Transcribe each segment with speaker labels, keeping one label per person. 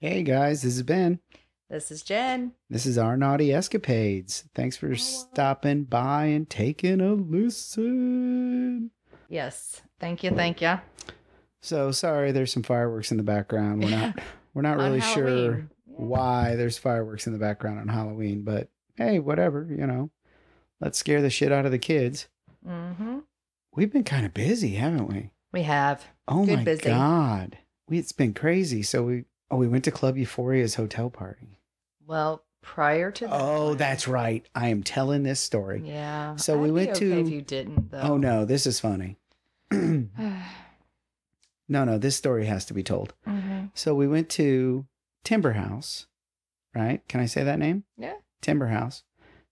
Speaker 1: Hey guys, this is Ben.
Speaker 2: This is Jen.
Speaker 1: This is our naughty escapades. Thanks for stopping by and taking a listen.
Speaker 2: Yes. Thank you. Thank you.
Speaker 1: So sorry, there's some fireworks in the background. We're not we're not really sure why there's fireworks in the background on Halloween, but hey, whatever, you know. Let's scare the shit out of the kids.
Speaker 2: Mm-hmm.
Speaker 1: We've been kind of busy, haven't we?
Speaker 2: We have.
Speaker 1: Oh
Speaker 2: Good
Speaker 1: my
Speaker 2: busy.
Speaker 1: god. We, it's been crazy. So we oh we went to Club Euphoria's hotel party.
Speaker 2: Well, prior to that.
Speaker 1: Oh,
Speaker 2: one-
Speaker 1: that's right. I am telling this story.
Speaker 2: Yeah.
Speaker 1: So we
Speaker 2: I'd be
Speaker 1: went
Speaker 2: okay
Speaker 1: to-
Speaker 2: If you didn't, though. Mm-hmm.
Speaker 1: Oh no, this is funny. no, no, this story has to be told.
Speaker 2: Mhm.
Speaker 1: So we went to Timber House, right? Can I say that name?
Speaker 2: Yeah.
Speaker 1: Timber House.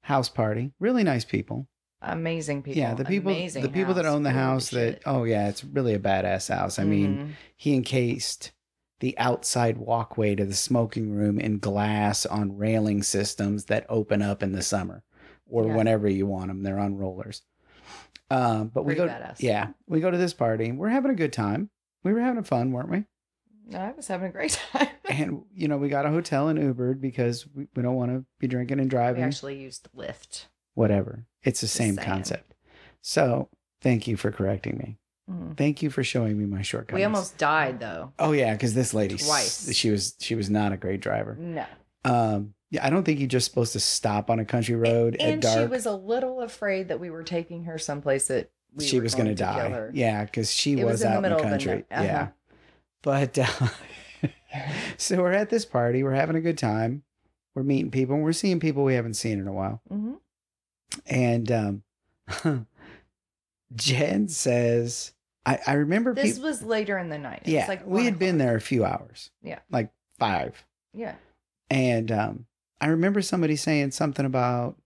Speaker 1: House party. Really nice people.
Speaker 2: Amazing people.
Speaker 1: Yeah, the people
Speaker 2: Amazing
Speaker 1: the people that
Speaker 2: house.
Speaker 1: own the
Speaker 2: Holy
Speaker 1: house that
Speaker 2: shit.
Speaker 1: oh yeah, it's really a badass house. I mean,
Speaker 2: Mhm.
Speaker 1: he encased the outside walkway to the smoking room in glass on railing systems that open up in the summer or
Speaker 2: Yeah.
Speaker 1: whenever you want them. They're on rollers. Um, but we
Speaker 2: Pretty
Speaker 1: go,
Speaker 2: badass.
Speaker 1: yeah, we go to this party. and We're having a good time. We were having fun, weren't we?
Speaker 2: I was having a great time.
Speaker 1: And you know, we got a hotel and Ubered because we, we don't want to be drinking and
Speaker 2: we
Speaker 1: driving.
Speaker 2: actually used Lyft.
Speaker 1: Whatever. It's the
Speaker 2: Just
Speaker 1: same
Speaker 2: saying.
Speaker 1: concept. So thank you for correcting me.
Speaker 2: Mhm.
Speaker 1: Thank you for showing me my shortcuts.
Speaker 2: We almost died, though.
Speaker 1: Oh yeah, because this lady s-
Speaker 2: Twice.
Speaker 1: She was she was not a great driver.
Speaker 2: No.
Speaker 1: Um, yeah, I don't think you're just supposed to stop on a country road at
Speaker 2: and
Speaker 1: dark.
Speaker 2: she was a little afraid that we were taking her someplace that we
Speaker 1: She
Speaker 2: were
Speaker 1: was
Speaker 2: going
Speaker 1: gonna
Speaker 2: to kill
Speaker 1: die.
Speaker 2: her.
Speaker 1: Yeah, because she
Speaker 2: It
Speaker 1: was,
Speaker 2: was in the
Speaker 1: out in the
Speaker 2: middle of the
Speaker 1: country.
Speaker 2: night. Uh-huh.
Speaker 1: Yeah, but uh, so we're at this party. We're having a good time. We're meeting people. and We're seeing people we haven't seen in a while.
Speaker 2: hmm
Speaker 1: And um, Jen says, "I, I remember
Speaker 2: This
Speaker 1: peop-
Speaker 2: was later in the night. It
Speaker 1: yeah,
Speaker 2: was like
Speaker 1: we
Speaker 2: one
Speaker 1: had been
Speaker 2: o'clock.
Speaker 1: there a few hours.
Speaker 2: Yeah.
Speaker 1: like five.
Speaker 2: Yeah.
Speaker 1: And um, I remember somebody saying something about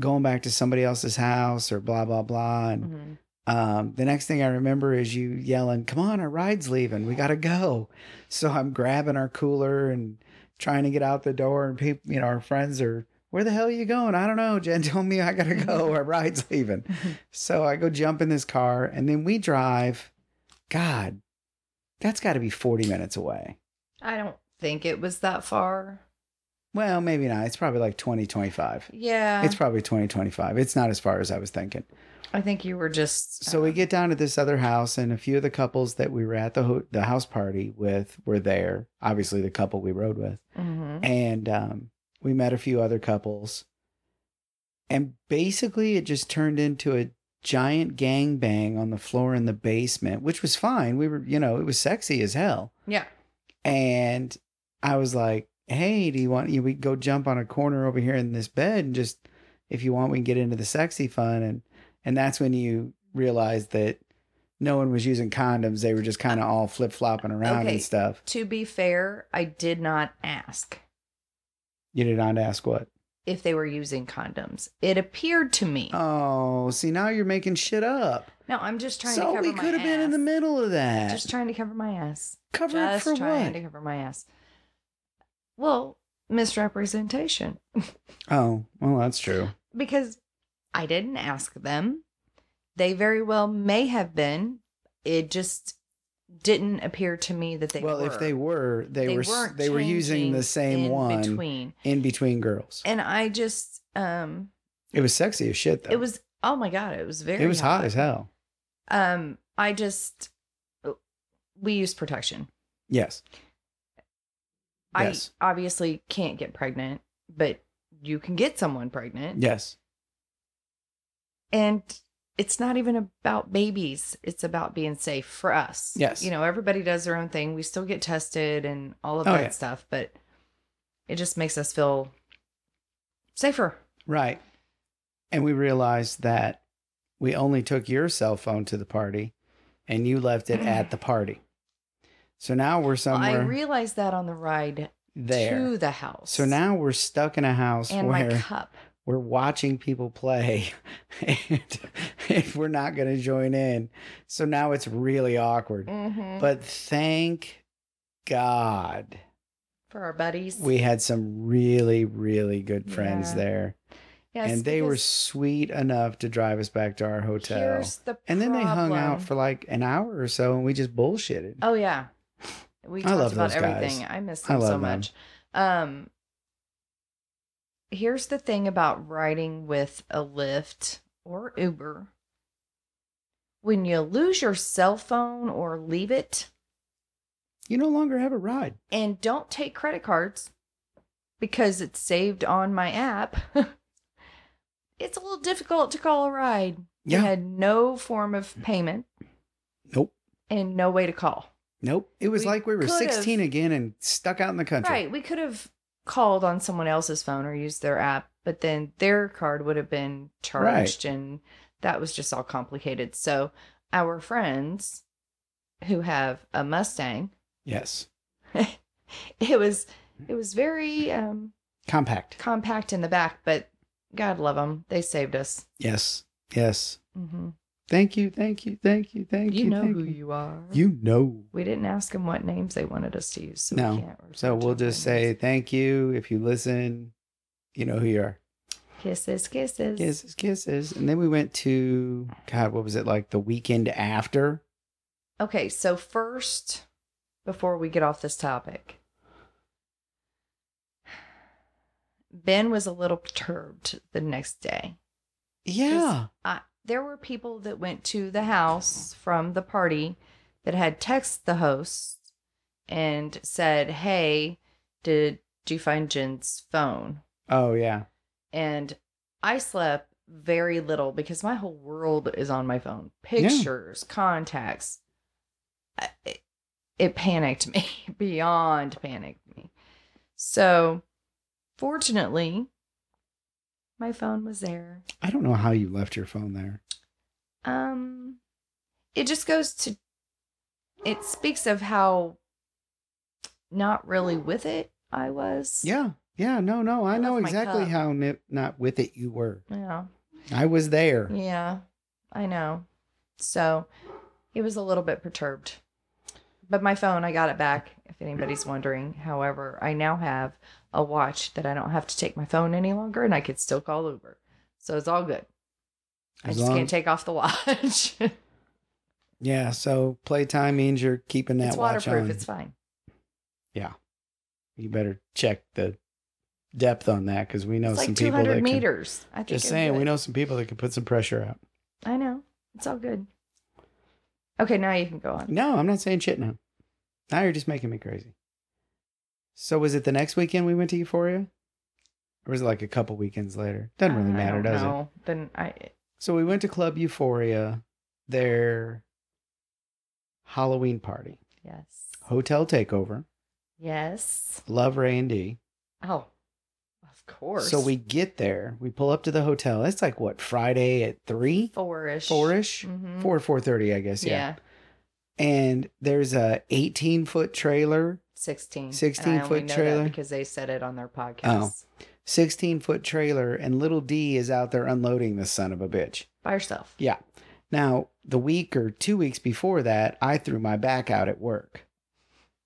Speaker 1: going back to somebody else's house or blah blah blah. And
Speaker 2: Mhm.
Speaker 1: um, the next thing I remember is you yelling, "Come on, our ride's leaving. We gotta go." So I'm grabbing our cooler and trying to get out the door, and people, you know, our friends are. Where the hell are you going? I don't know. Jen told me I gotta go. Our ride's leaving. So I go jump in this car and then we drive. God, that's gotta be 40 minutes away.
Speaker 2: I don't think it was that far.
Speaker 1: Well, maybe not. It's probably like 20, 25.
Speaker 2: Yeah.
Speaker 1: It's probably 20, 25. It's not as far as I was thinking.
Speaker 2: I think you were just.
Speaker 1: So we
Speaker 2: um,
Speaker 1: get down to this other house, and a few of the couples that we were at the, ho- the house party with were there. Obviously, the couple we rode with.
Speaker 2: mhm.
Speaker 1: And um, we met a few other couples. And basically, it just turned into a giant gangbang on the floor in the basement, which was fine. We were, you know, it was sexy as hell.
Speaker 2: Yeah.
Speaker 1: and I was like, "Hey, do you want you we go jump on a corner over here in this bed and just if you want we can get into the sexy fun and and that's when you realized that no one was using condoms; they were just kind of all flip flopping around
Speaker 2: Okay.
Speaker 1: and stuff.
Speaker 2: To be fair, I did not ask
Speaker 1: You did not ask what.
Speaker 2: if they were using condoms. It appeared to me.
Speaker 1: Oh, see now you're making shit up.
Speaker 2: no, I'm just trying to
Speaker 1: So
Speaker 2: cover
Speaker 1: we
Speaker 2: my
Speaker 1: could have been in the
Speaker 2: ass.
Speaker 1: middle of that.
Speaker 2: Just trying to cover my ass.
Speaker 1: Cover it
Speaker 2: just
Speaker 1: for
Speaker 2: trying
Speaker 1: what?
Speaker 2: to cover my ass. Well, misrepresentation.
Speaker 1: Oh, well, that's true.
Speaker 2: because I didn't ask them. They very well may have been. It just didn't appear to me that they
Speaker 1: well,
Speaker 2: were.
Speaker 1: if they were, they, were s-
Speaker 2: weren't
Speaker 1: they were using
Speaker 2: changing
Speaker 1: the same
Speaker 2: in
Speaker 1: one
Speaker 2: between.
Speaker 1: in between girls.
Speaker 2: And I just um
Speaker 1: It was sexy as shit though.
Speaker 2: it was oh my god, it was very
Speaker 1: it was hot as hell.
Speaker 2: Um I just we use protection.
Speaker 1: Yes. Yes.
Speaker 2: I obviously can't get pregnant, but you can get someone pregnant.
Speaker 1: yes.
Speaker 2: and it's not even about babies it's about being safe for us
Speaker 1: Yes.
Speaker 2: you know everybody does their own thing we still get tested and all of
Speaker 1: Oh,
Speaker 2: that
Speaker 1: yeah.
Speaker 2: stuff but it just makes us feel safer
Speaker 1: Right. And we realized that we only took your cell phone to the party and you left it at the party. So now we're
Speaker 2: Well, i
Speaker 1: somewhere
Speaker 2: realized that on the ride
Speaker 1: there.
Speaker 2: to the house
Speaker 1: So now we're stuck in a house
Speaker 2: and my
Speaker 1: where
Speaker 2: cup
Speaker 1: we're watching people play and if we're not going to join in. So now it's really awkward.
Speaker 2: Mhm.
Speaker 1: But thank God
Speaker 2: for our buddies
Speaker 1: we had some really, really good friends
Speaker 2: Yeah.
Speaker 1: there.
Speaker 2: Yes,
Speaker 1: and they were
Speaker 2: because
Speaker 1: sweet enough to drive us back to our hotel.
Speaker 2: here's the
Speaker 1: And then they hung out
Speaker 2: problem.
Speaker 1: for like an hour or so and we just bullshitted.
Speaker 2: oh yeah We
Speaker 1: I
Speaker 2: talked
Speaker 1: love
Speaker 2: about
Speaker 1: those guys.
Speaker 2: everything. I miss
Speaker 1: I
Speaker 2: them so
Speaker 1: love them.
Speaker 2: much. Um Here's the thing about riding with a Lyft or Uber. When you lose your cell phone or leave it,
Speaker 1: You no longer have a ride.
Speaker 2: and don't take credit cards because it's saved on my app. it's a little difficult to call a ride. You
Speaker 1: Yeah.
Speaker 2: had no form of payment
Speaker 1: Nope.
Speaker 2: and no way to call.
Speaker 1: Nope. It was
Speaker 2: We
Speaker 1: like we were
Speaker 2: could've-
Speaker 1: 16 again and stuck out in the country.
Speaker 2: Right. We could have called on someone else's phone or used their app, but then their card would have been charged and that was just all complicated. So our friends who have a Mustang,
Speaker 1: Yes.
Speaker 2: it was it was very um
Speaker 1: Compact.
Speaker 2: compact in the back, but God love them. They saved us.
Speaker 1: Yes. Yes.
Speaker 2: Mm-hmm.
Speaker 1: Thank you. Thank you. Thank you. Thank you.
Speaker 2: You know
Speaker 1: thank
Speaker 2: who you are.
Speaker 1: You know.
Speaker 2: We didn't ask them what names they wanted us to use. So
Speaker 1: No.
Speaker 2: We can't refer
Speaker 1: So
Speaker 2: to
Speaker 1: we'll
Speaker 2: them
Speaker 1: just
Speaker 2: by names.
Speaker 1: say thank you. If you listen, you know who you are.
Speaker 2: kisses, kisses.
Speaker 1: Kisses, kisses. And then we went to, God, what was it like the weekend after?
Speaker 2: Okay, so first, before we get off this topic, Ben was a little perturbed the next day.
Speaker 1: Yeah.
Speaker 2: I, there were people that went to the house from the party that had texted the host and said, "Hey, did you find Jen's phone?"
Speaker 1: Oh, yeah.
Speaker 2: And I slept very little because my whole world is on my phone. Pictures, contacts. I- It, it panicked me beyond panicked me. So, fortunately, my phone was there.
Speaker 1: I don't know how you left your phone there.
Speaker 2: Um, it just goes to. It speaks of how not really with it I was.
Speaker 1: Yeah. Yeah. No, no. I,
Speaker 2: I
Speaker 1: know
Speaker 2: left my
Speaker 1: exactly
Speaker 2: cup.
Speaker 1: how ni- not with it you were.
Speaker 2: Yeah.
Speaker 1: I was there.
Speaker 2: Yeah. I know. So he was a little bit perturbed. But my phone, I got it back, if anybody's wondering. However, I now have a watch that I don't have to take my phone any longer and I could still call Uber. So it's all good. I
Speaker 1: As
Speaker 2: just
Speaker 1: long-
Speaker 2: can't take off the watch.
Speaker 1: Yeah. So playtime means you're keeping that
Speaker 2: it's
Speaker 1: watch
Speaker 2: waterproof.
Speaker 1: on.
Speaker 2: It's fine.
Speaker 1: You better check the depth on that because we know
Speaker 2: it's
Speaker 1: some
Speaker 2: like
Speaker 1: people that
Speaker 2: 200
Speaker 1: can.
Speaker 2: meters. I think
Speaker 1: Just
Speaker 2: I'm
Speaker 1: saying, we
Speaker 2: good.
Speaker 1: know some people that can put some pressure out.
Speaker 2: I know. It's all good. Okay, now you can go on.
Speaker 1: No, I'm not saying shit now. Now you're just making me crazy. So was it the next weekend we went to Euphoria? Or was it like a couple weekends later? Doesn't really
Speaker 2: Uh, I
Speaker 1: matter,
Speaker 2: don't
Speaker 1: does it?
Speaker 2: know. Then I
Speaker 1: So we went to Club Euphoria, their Halloween party,
Speaker 2: yes.
Speaker 1: hotel takeover,
Speaker 2: Yes.
Speaker 1: love Ray and D.
Speaker 2: Oh, of course.
Speaker 1: So we get there, we pull up to the hotel. It's like what Friday at three,
Speaker 2: four-ish.
Speaker 1: four-ish,
Speaker 2: Mhm.
Speaker 1: four four thirty, I guess.
Speaker 2: Yeah.
Speaker 1: Yeah. And there's a eighteen foot trailer,
Speaker 2: Sixteen. And I
Speaker 1: 16
Speaker 2: only
Speaker 1: foot
Speaker 2: know that
Speaker 1: trailer. Oh.
Speaker 2: because they said it on their podcast.
Speaker 1: sixteen foot trailer, and little D is out there unloading the son of a bitch.
Speaker 2: By yourself.
Speaker 1: Yeah. Now, the week or two weeks before that, I threw my back out at work.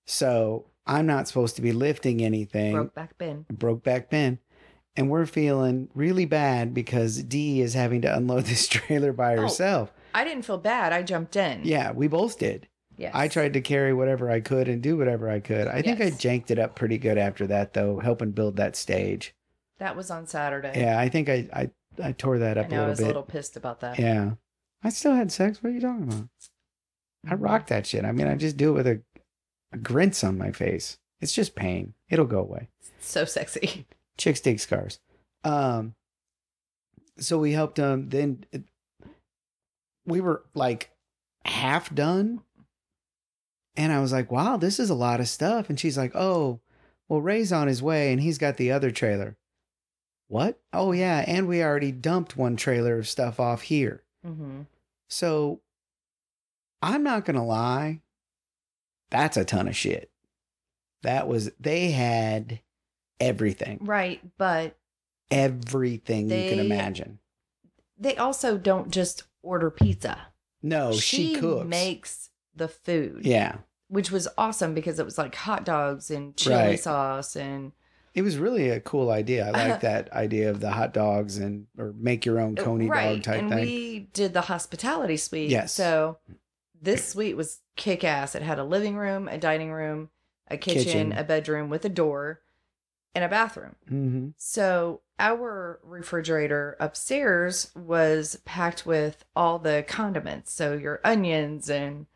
Speaker 1: So I'm not supposed to be lifting anything.
Speaker 2: Broke back bin.
Speaker 1: broke back Ben. And we're feeling really bad because Dee is having to unload this trailer by
Speaker 2: Oh.
Speaker 1: herself.
Speaker 2: I didn't feel bad. I jumped in.
Speaker 1: Yeah, we both did.
Speaker 2: Yes.
Speaker 1: I tried to carry whatever I could and do whatever I could. I think I
Speaker 2: Yes.
Speaker 1: janked it up pretty good after that, though, helping build that stage.
Speaker 2: That was on Saturday.
Speaker 1: Yeah, I think I I, I tore that
Speaker 2: I
Speaker 1: up a
Speaker 2: know.
Speaker 1: little
Speaker 2: I was
Speaker 1: bit.
Speaker 2: a little pissed about that.
Speaker 1: Yeah. I still had sex. What are you talking about? I
Speaker 2: Mhm.
Speaker 1: rock that shit. I mean, I just do it with a, a grince on my face. It's just pain. It'll go away.
Speaker 2: So sexy.
Speaker 1: Chicks dig scars. Um, so we helped him. Then it- we were like half done. And I was like, wow, this is a lot of stuff. And she's like, oh, well, Ray's on his way and he's got the other trailer. What? Oh, yeah. And we already dumped one trailer of stuff off here.
Speaker 2: Mm-hmm.
Speaker 1: So I'm not going to lie. That's a ton of shit. That was, they had everything,
Speaker 2: Right, but
Speaker 1: everything you can
Speaker 2: They-
Speaker 1: imagine.
Speaker 2: they also don't just order pizza.
Speaker 1: No, Oh, she, cooks.
Speaker 2: makes the food.
Speaker 1: yeah.
Speaker 2: Which was awesome because it was like hot dogs and chili
Speaker 1: Right.
Speaker 2: sauce and
Speaker 1: It was really a cool idea. I like that idea of the hot dogs and, or make your own coney dog type
Speaker 2: Uh, and
Speaker 1: thing.
Speaker 2: we did the hospitality suite.
Speaker 1: Yes.
Speaker 2: So This suite was kick ass. It had a living room, a dining room, a kitchen,
Speaker 1: Kitchen.
Speaker 2: a bedroom with a door, and a bathroom.
Speaker 1: Mm-hmm.
Speaker 2: So our refrigerator upstairs was packed with all the condiments. So your onions and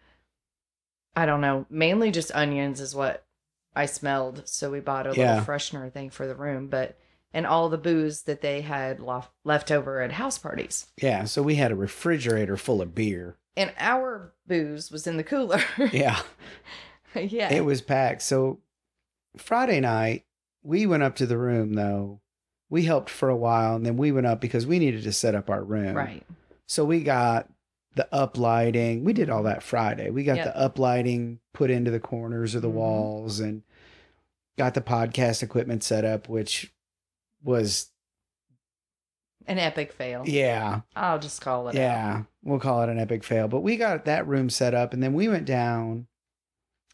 Speaker 2: I don't know, mainly just onions is what I smelled. So we bought a
Speaker 1: Yeah.
Speaker 2: little freshener thing for the room, but and all the booze that they had lof- left over at house parties.
Speaker 1: Yeah. So we had a refrigerator full of beer.
Speaker 2: And our booze was in the cooler.
Speaker 1: Yeah.
Speaker 2: yeah.
Speaker 1: It was packed. So Friday night, we went up to the room though. We helped for a while and then we went up because we needed to set up our room.
Speaker 2: right.
Speaker 1: So we got the up lighting. We did all that Friday. We got
Speaker 2: Yep.
Speaker 1: the up lighting put into the corners of the
Speaker 2: Mhm.
Speaker 1: walls and got the podcast equipment set up, which was
Speaker 2: An epic fail.
Speaker 1: yeah,
Speaker 2: I'll just call it out.
Speaker 1: yeah. We'll call it an epic fail. But we got that room set up and then we went down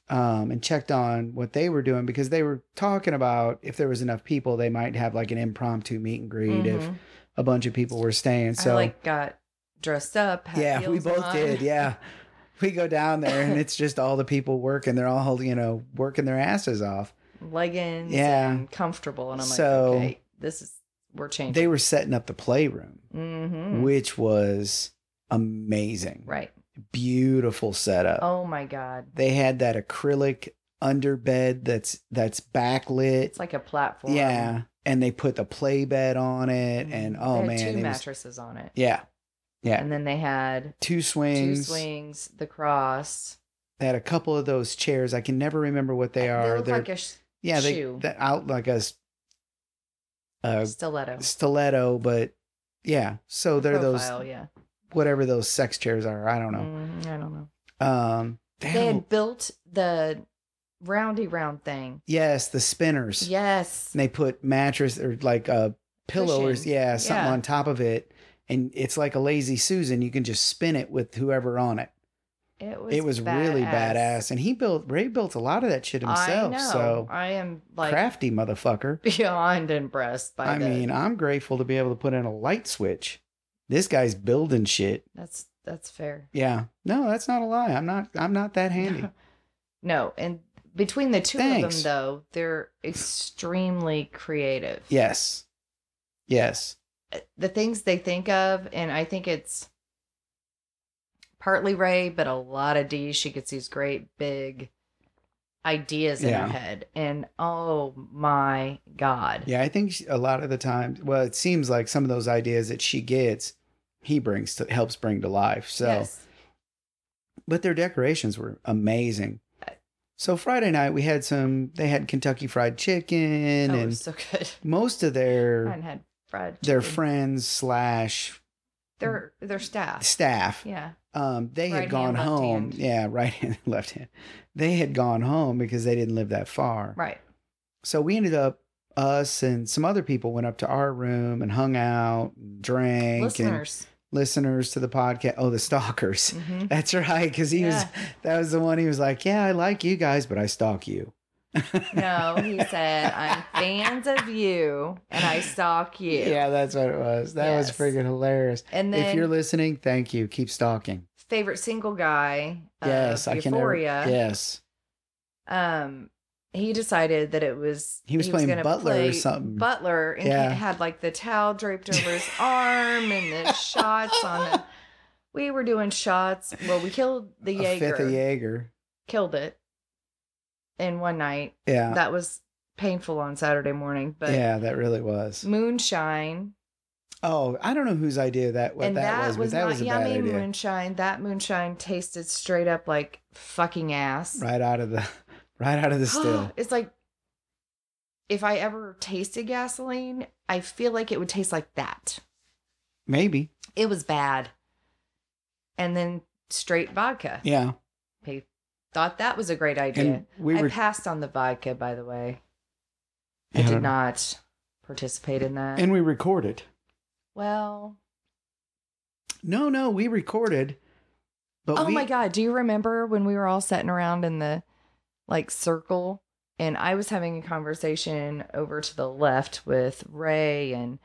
Speaker 1: um and checked on what they were doing because they were talking about if there was enough people they might have like an impromptu meet and greet if
Speaker 2: Mhm.
Speaker 1: a bunch of people were staying. So
Speaker 2: I like got dressed up. had
Speaker 1: yeah, we
Speaker 2: heels
Speaker 1: both
Speaker 2: on.
Speaker 1: did. Yeah. We go down there and it's just all the people working. They're all, you know, working their asses off.
Speaker 2: leggings
Speaker 1: Yeah.
Speaker 2: and comfortable and i'm like
Speaker 1: So-
Speaker 2: okay this is we're changing
Speaker 1: They were setting up the playroom,
Speaker 2: mm-hmm.
Speaker 1: which was amazing.
Speaker 2: right
Speaker 1: Beautiful setup.
Speaker 2: oh my god
Speaker 1: They had that acrylic underbed that's that's backlit.
Speaker 2: it's like a platform
Speaker 1: yeah. And they put the play bed on it. And
Speaker 2: Mhm.
Speaker 1: oh
Speaker 2: They had
Speaker 1: man,
Speaker 2: two
Speaker 1: it was,
Speaker 2: mattresses on it
Speaker 1: yeah. yeah.
Speaker 2: and then they had
Speaker 1: Two
Speaker 2: two
Speaker 1: swings.
Speaker 2: swings the cross
Speaker 1: They had a couple of those chairs. I can never remember what they are.
Speaker 2: they look like a sh-
Speaker 1: yeah, they
Speaker 2: shoe.
Speaker 1: they- out like a, s- a
Speaker 2: stiletto
Speaker 1: stiletto, but yeah. So they're
Speaker 2: profile,
Speaker 1: those
Speaker 2: yeah
Speaker 1: whatever those sex chairs are. I don't know.
Speaker 2: Mhm, i don't know
Speaker 1: Um, they
Speaker 2: Mm-hmm. they
Speaker 1: had-
Speaker 2: had built the roundy round thing
Speaker 1: yes, the spinners.
Speaker 2: yes
Speaker 1: And they put mattress or like a pillow or
Speaker 2: Cushion.
Speaker 1: yeah something
Speaker 2: Yeah.
Speaker 1: on top of it, and it's like a lazy susan. You can just spin it with whoever on it.
Speaker 2: it was
Speaker 1: It was really badass, and he built Ray built a lot of that shit himself.
Speaker 2: i know
Speaker 1: So
Speaker 2: i am like
Speaker 1: crafty motherfucker.
Speaker 2: beyond impressed by
Speaker 1: I
Speaker 2: the-
Speaker 1: mean, I'm grateful to be able to put in a light switch. This guy's building shit.
Speaker 2: That's that's fair.
Speaker 1: Yeah. No, that's not a lie. I'm not I'm not that handy.
Speaker 2: No, and between the two
Speaker 1: Thanks.
Speaker 2: of them though, they're extremely creative. Uh,
Speaker 1: yes. Yes.
Speaker 2: The things they think of, and I think it's partly Ray, but a lot of D. She gets these great big ideas in
Speaker 1: Yeah.
Speaker 2: her head. And oh my God.
Speaker 1: Yeah, I think she- a lot of the time, well, it seems like some of those ideas that she gets, he brings to helps bring to life. So,
Speaker 2: Yes.
Speaker 1: but their decorations were amazing.
Speaker 2: Uh,
Speaker 1: So Friday night we had some they had Kentucky fried chicken
Speaker 2: Oh, it
Speaker 1: and
Speaker 2: was so good.
Speaker 1: most of their
Speaker 2: Mine had fried
Speaker 1: their
Speaker 2: chicken.
Speaker 1: friends slash
Speaker 2: their their staff.
Speaker 1: staff
Speaker 2: Yeah.
Speaker 1: um, they had
Speaker 2: Right
Speaker 1: gone
Speaker 2: hand, left
Speaker 1: home.
Speaker 2: hand.
Speaker 1: Yeah, right hand, left hand. They had gone home because they didn't live that far.
Speaker 2: Right.
Speaker 1: So we ended up, us and some other people went up to our room and hung out, and drank, and
Speaker 2: Listeners.
Speaker 1: listeners to the podcast. Oh, the stalkers.
Speaker 2: Mhm.
Speaker 1: That's right, because he was. That was the one he was like, "Yeah, I like you guys, but I stalk you."
Speaker 2: No, he said, I'm fans of you and I stalk you.
Speaker 1: Yeah, that's what it was. That was
Speaker 2: Yes.
Speaker 1: freaking hilarious.
Speaker 2: And
Speaker 1: if
Speaker 2: then
Speaker 1: you're listening, thank you. Keep stalking.
Speaker 2: favorite single guy of
Speaker 1: yes, I can. never-
Speaker 2: Uh, Euphoria.
Speaker 1: yes.
Speaker 2: Um he decided that it was
Speaker 1: He was playing
Speaker 2: gonna
Speaker 1: Butler or
Speaker 2: play
Speaker 1: something.
Speaker 2: Butler and
Speaker 1: Yeah.
Speaker 2: he had like the towel draped over his arm and the shots on the we were doing shots. Well, we killed the
Speaker 1: A fifth
Speaker 2: Jaeger.
Speaker 1: of Jaeger.
Speaker 2: Killed it in one night.
Speaker 1: Yeah.
Speaker 2: That was painful on Saturday morning, but
Speaker 1: Uh.
Speaker 2: Mm.
Speaker 1: yeah, that really was.
Speaker 2: moonshine
Speaker 1: Oh, I don't know whose idea that what
Speaker 2: and
Speaker 1: that,
Speaker 2: that,
Speaker 1: was,
Speaker 2: was
Speaker 1: but that
Speaker 2: not
Speaker 1: was a bad
Speaker 2: yummy
Speaker 1: idea.
Speaker 2: moonshine. That moonshine tasted straight up like fucking ass.
Speaker 1: Right out of the right out of the still.
Speaker 2: it's like if I ever tasted gasoline, I feel like it would taste like that.
Speaker 1: Maybe.
Speaker 2: It was bad. And then straight vodka.
Speaker 1: Yeah.
Speaker 2: They thought that was a great
Speaker 1: And
Speaker 2: idea.
Speaker 1: we were
Speaker 2: I passed on the vodka, by the way. I,
Speaker 1: I
Speaker 2: did
Speaker 1: don't know.
Speaker 2: not participate in that.
Speaker 1: and we recorded.
Speaker 2: well,
Speaker 1: No, no, we recorded. But
Speaker 2: oh
Speaker 1: we,
Speaker 2: my god, do you remember when we were all sitting around in the like circle and I was having a conversation over to the left with Ray and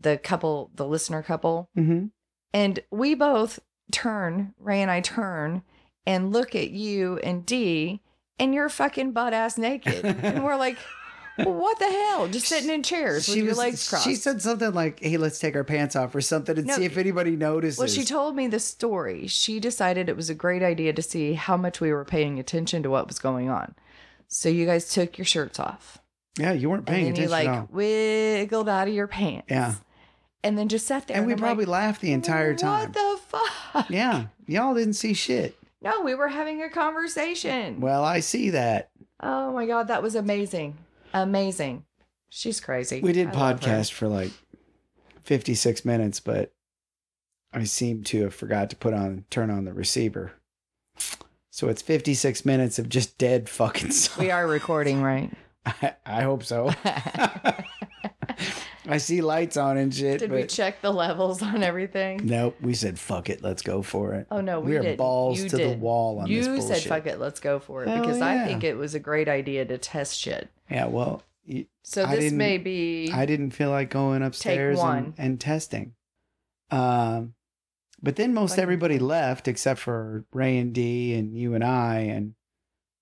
Speaker 2: the couple, the listener couple,
Speaker 1: Mhm.
Speaker 2: and we both turn, Ray and I turn and look at you and D and you're fucking butt ass naked. and we're like, what the hell? Just sitting in chairs with your legs crossed.
Speaker 1: She said something like, "Hey, let's take our pants off or something and
Speaker 2: No.
Speaker 1: see if anybody notices."
Speaker 2: well, she told me the story. She decided it was a great idea to see how much we were paying attention to what was going on. So you guys took your shirts off.
Speaker 1: yeah, you weren't paying
Speaker 2: and then
Speaker 1: attention.
Speaker 2: you like
Speaker 1: at all.
Speaker 2: wiggled out of your pants.
Speaker 1: Yeah.
Speaker 2: And then just sat there.
Speaker 1: and we
Speaker 2: I'm
Speaker 1: probably
Speaker 2: like,
Speaker 1: laughed the entire time.
Speaker 2: What the fuck?
Speaker 1: yeah, y'all didn't see shit.
Speaker 2: No, we were having a conversation.
Speaker 1: Well, I see that.
Speaker 2: oh my God, that was amazing. Amazing. She's crazy.
Speaker 1: We did
Speaker 2: I love her.
Speaker 1: podcast for like fifty-six minutes, but I seem to have forgot to put on turn on the receiver. So it's fifty-six minutes of just dead fucking. Songs.
Speaker 2: We are recording, right?
Speaker 1: I, I hope so. I see lights on and shit.
Speaker 2: Did
Speaker 1: but
Speaker 2: we check the levels on everything?
Speaker 1: Nope, we said fuck it, let's go for it.
Speaker 2: Oh no, we,
Speaker 1: we are
Speaker 2: didn't.
Speaker 1: balls
Speaker 2: You
Speaker 1: to the
Speaker 2: did.
Speaker 1: wall on
Speaker 2: you
Speaker 1: this bullshit.
Speaker 2: said fuck it, let's go for it
Speaker 1: Hell
Speaker 2: because
Speaker 1: yeah.
Speaker 2: I think it was a great idea to test shit.
Speaker 1: Yeah, well, y-
Speaker 2: So
Speaker 1: I
Speaker 2: this
Speaker 1: didn't-
Speaker 2: may be
Speaker 1: I didn't feel like going upstairs and,
Speaker 2: one.
Speaker 1: and testing. Um, but then most
Speaker 2: Fucking
Speaker 1: everybody
Speaker 2: fun.
Speaker 1: left except for Ray and D and you and I, and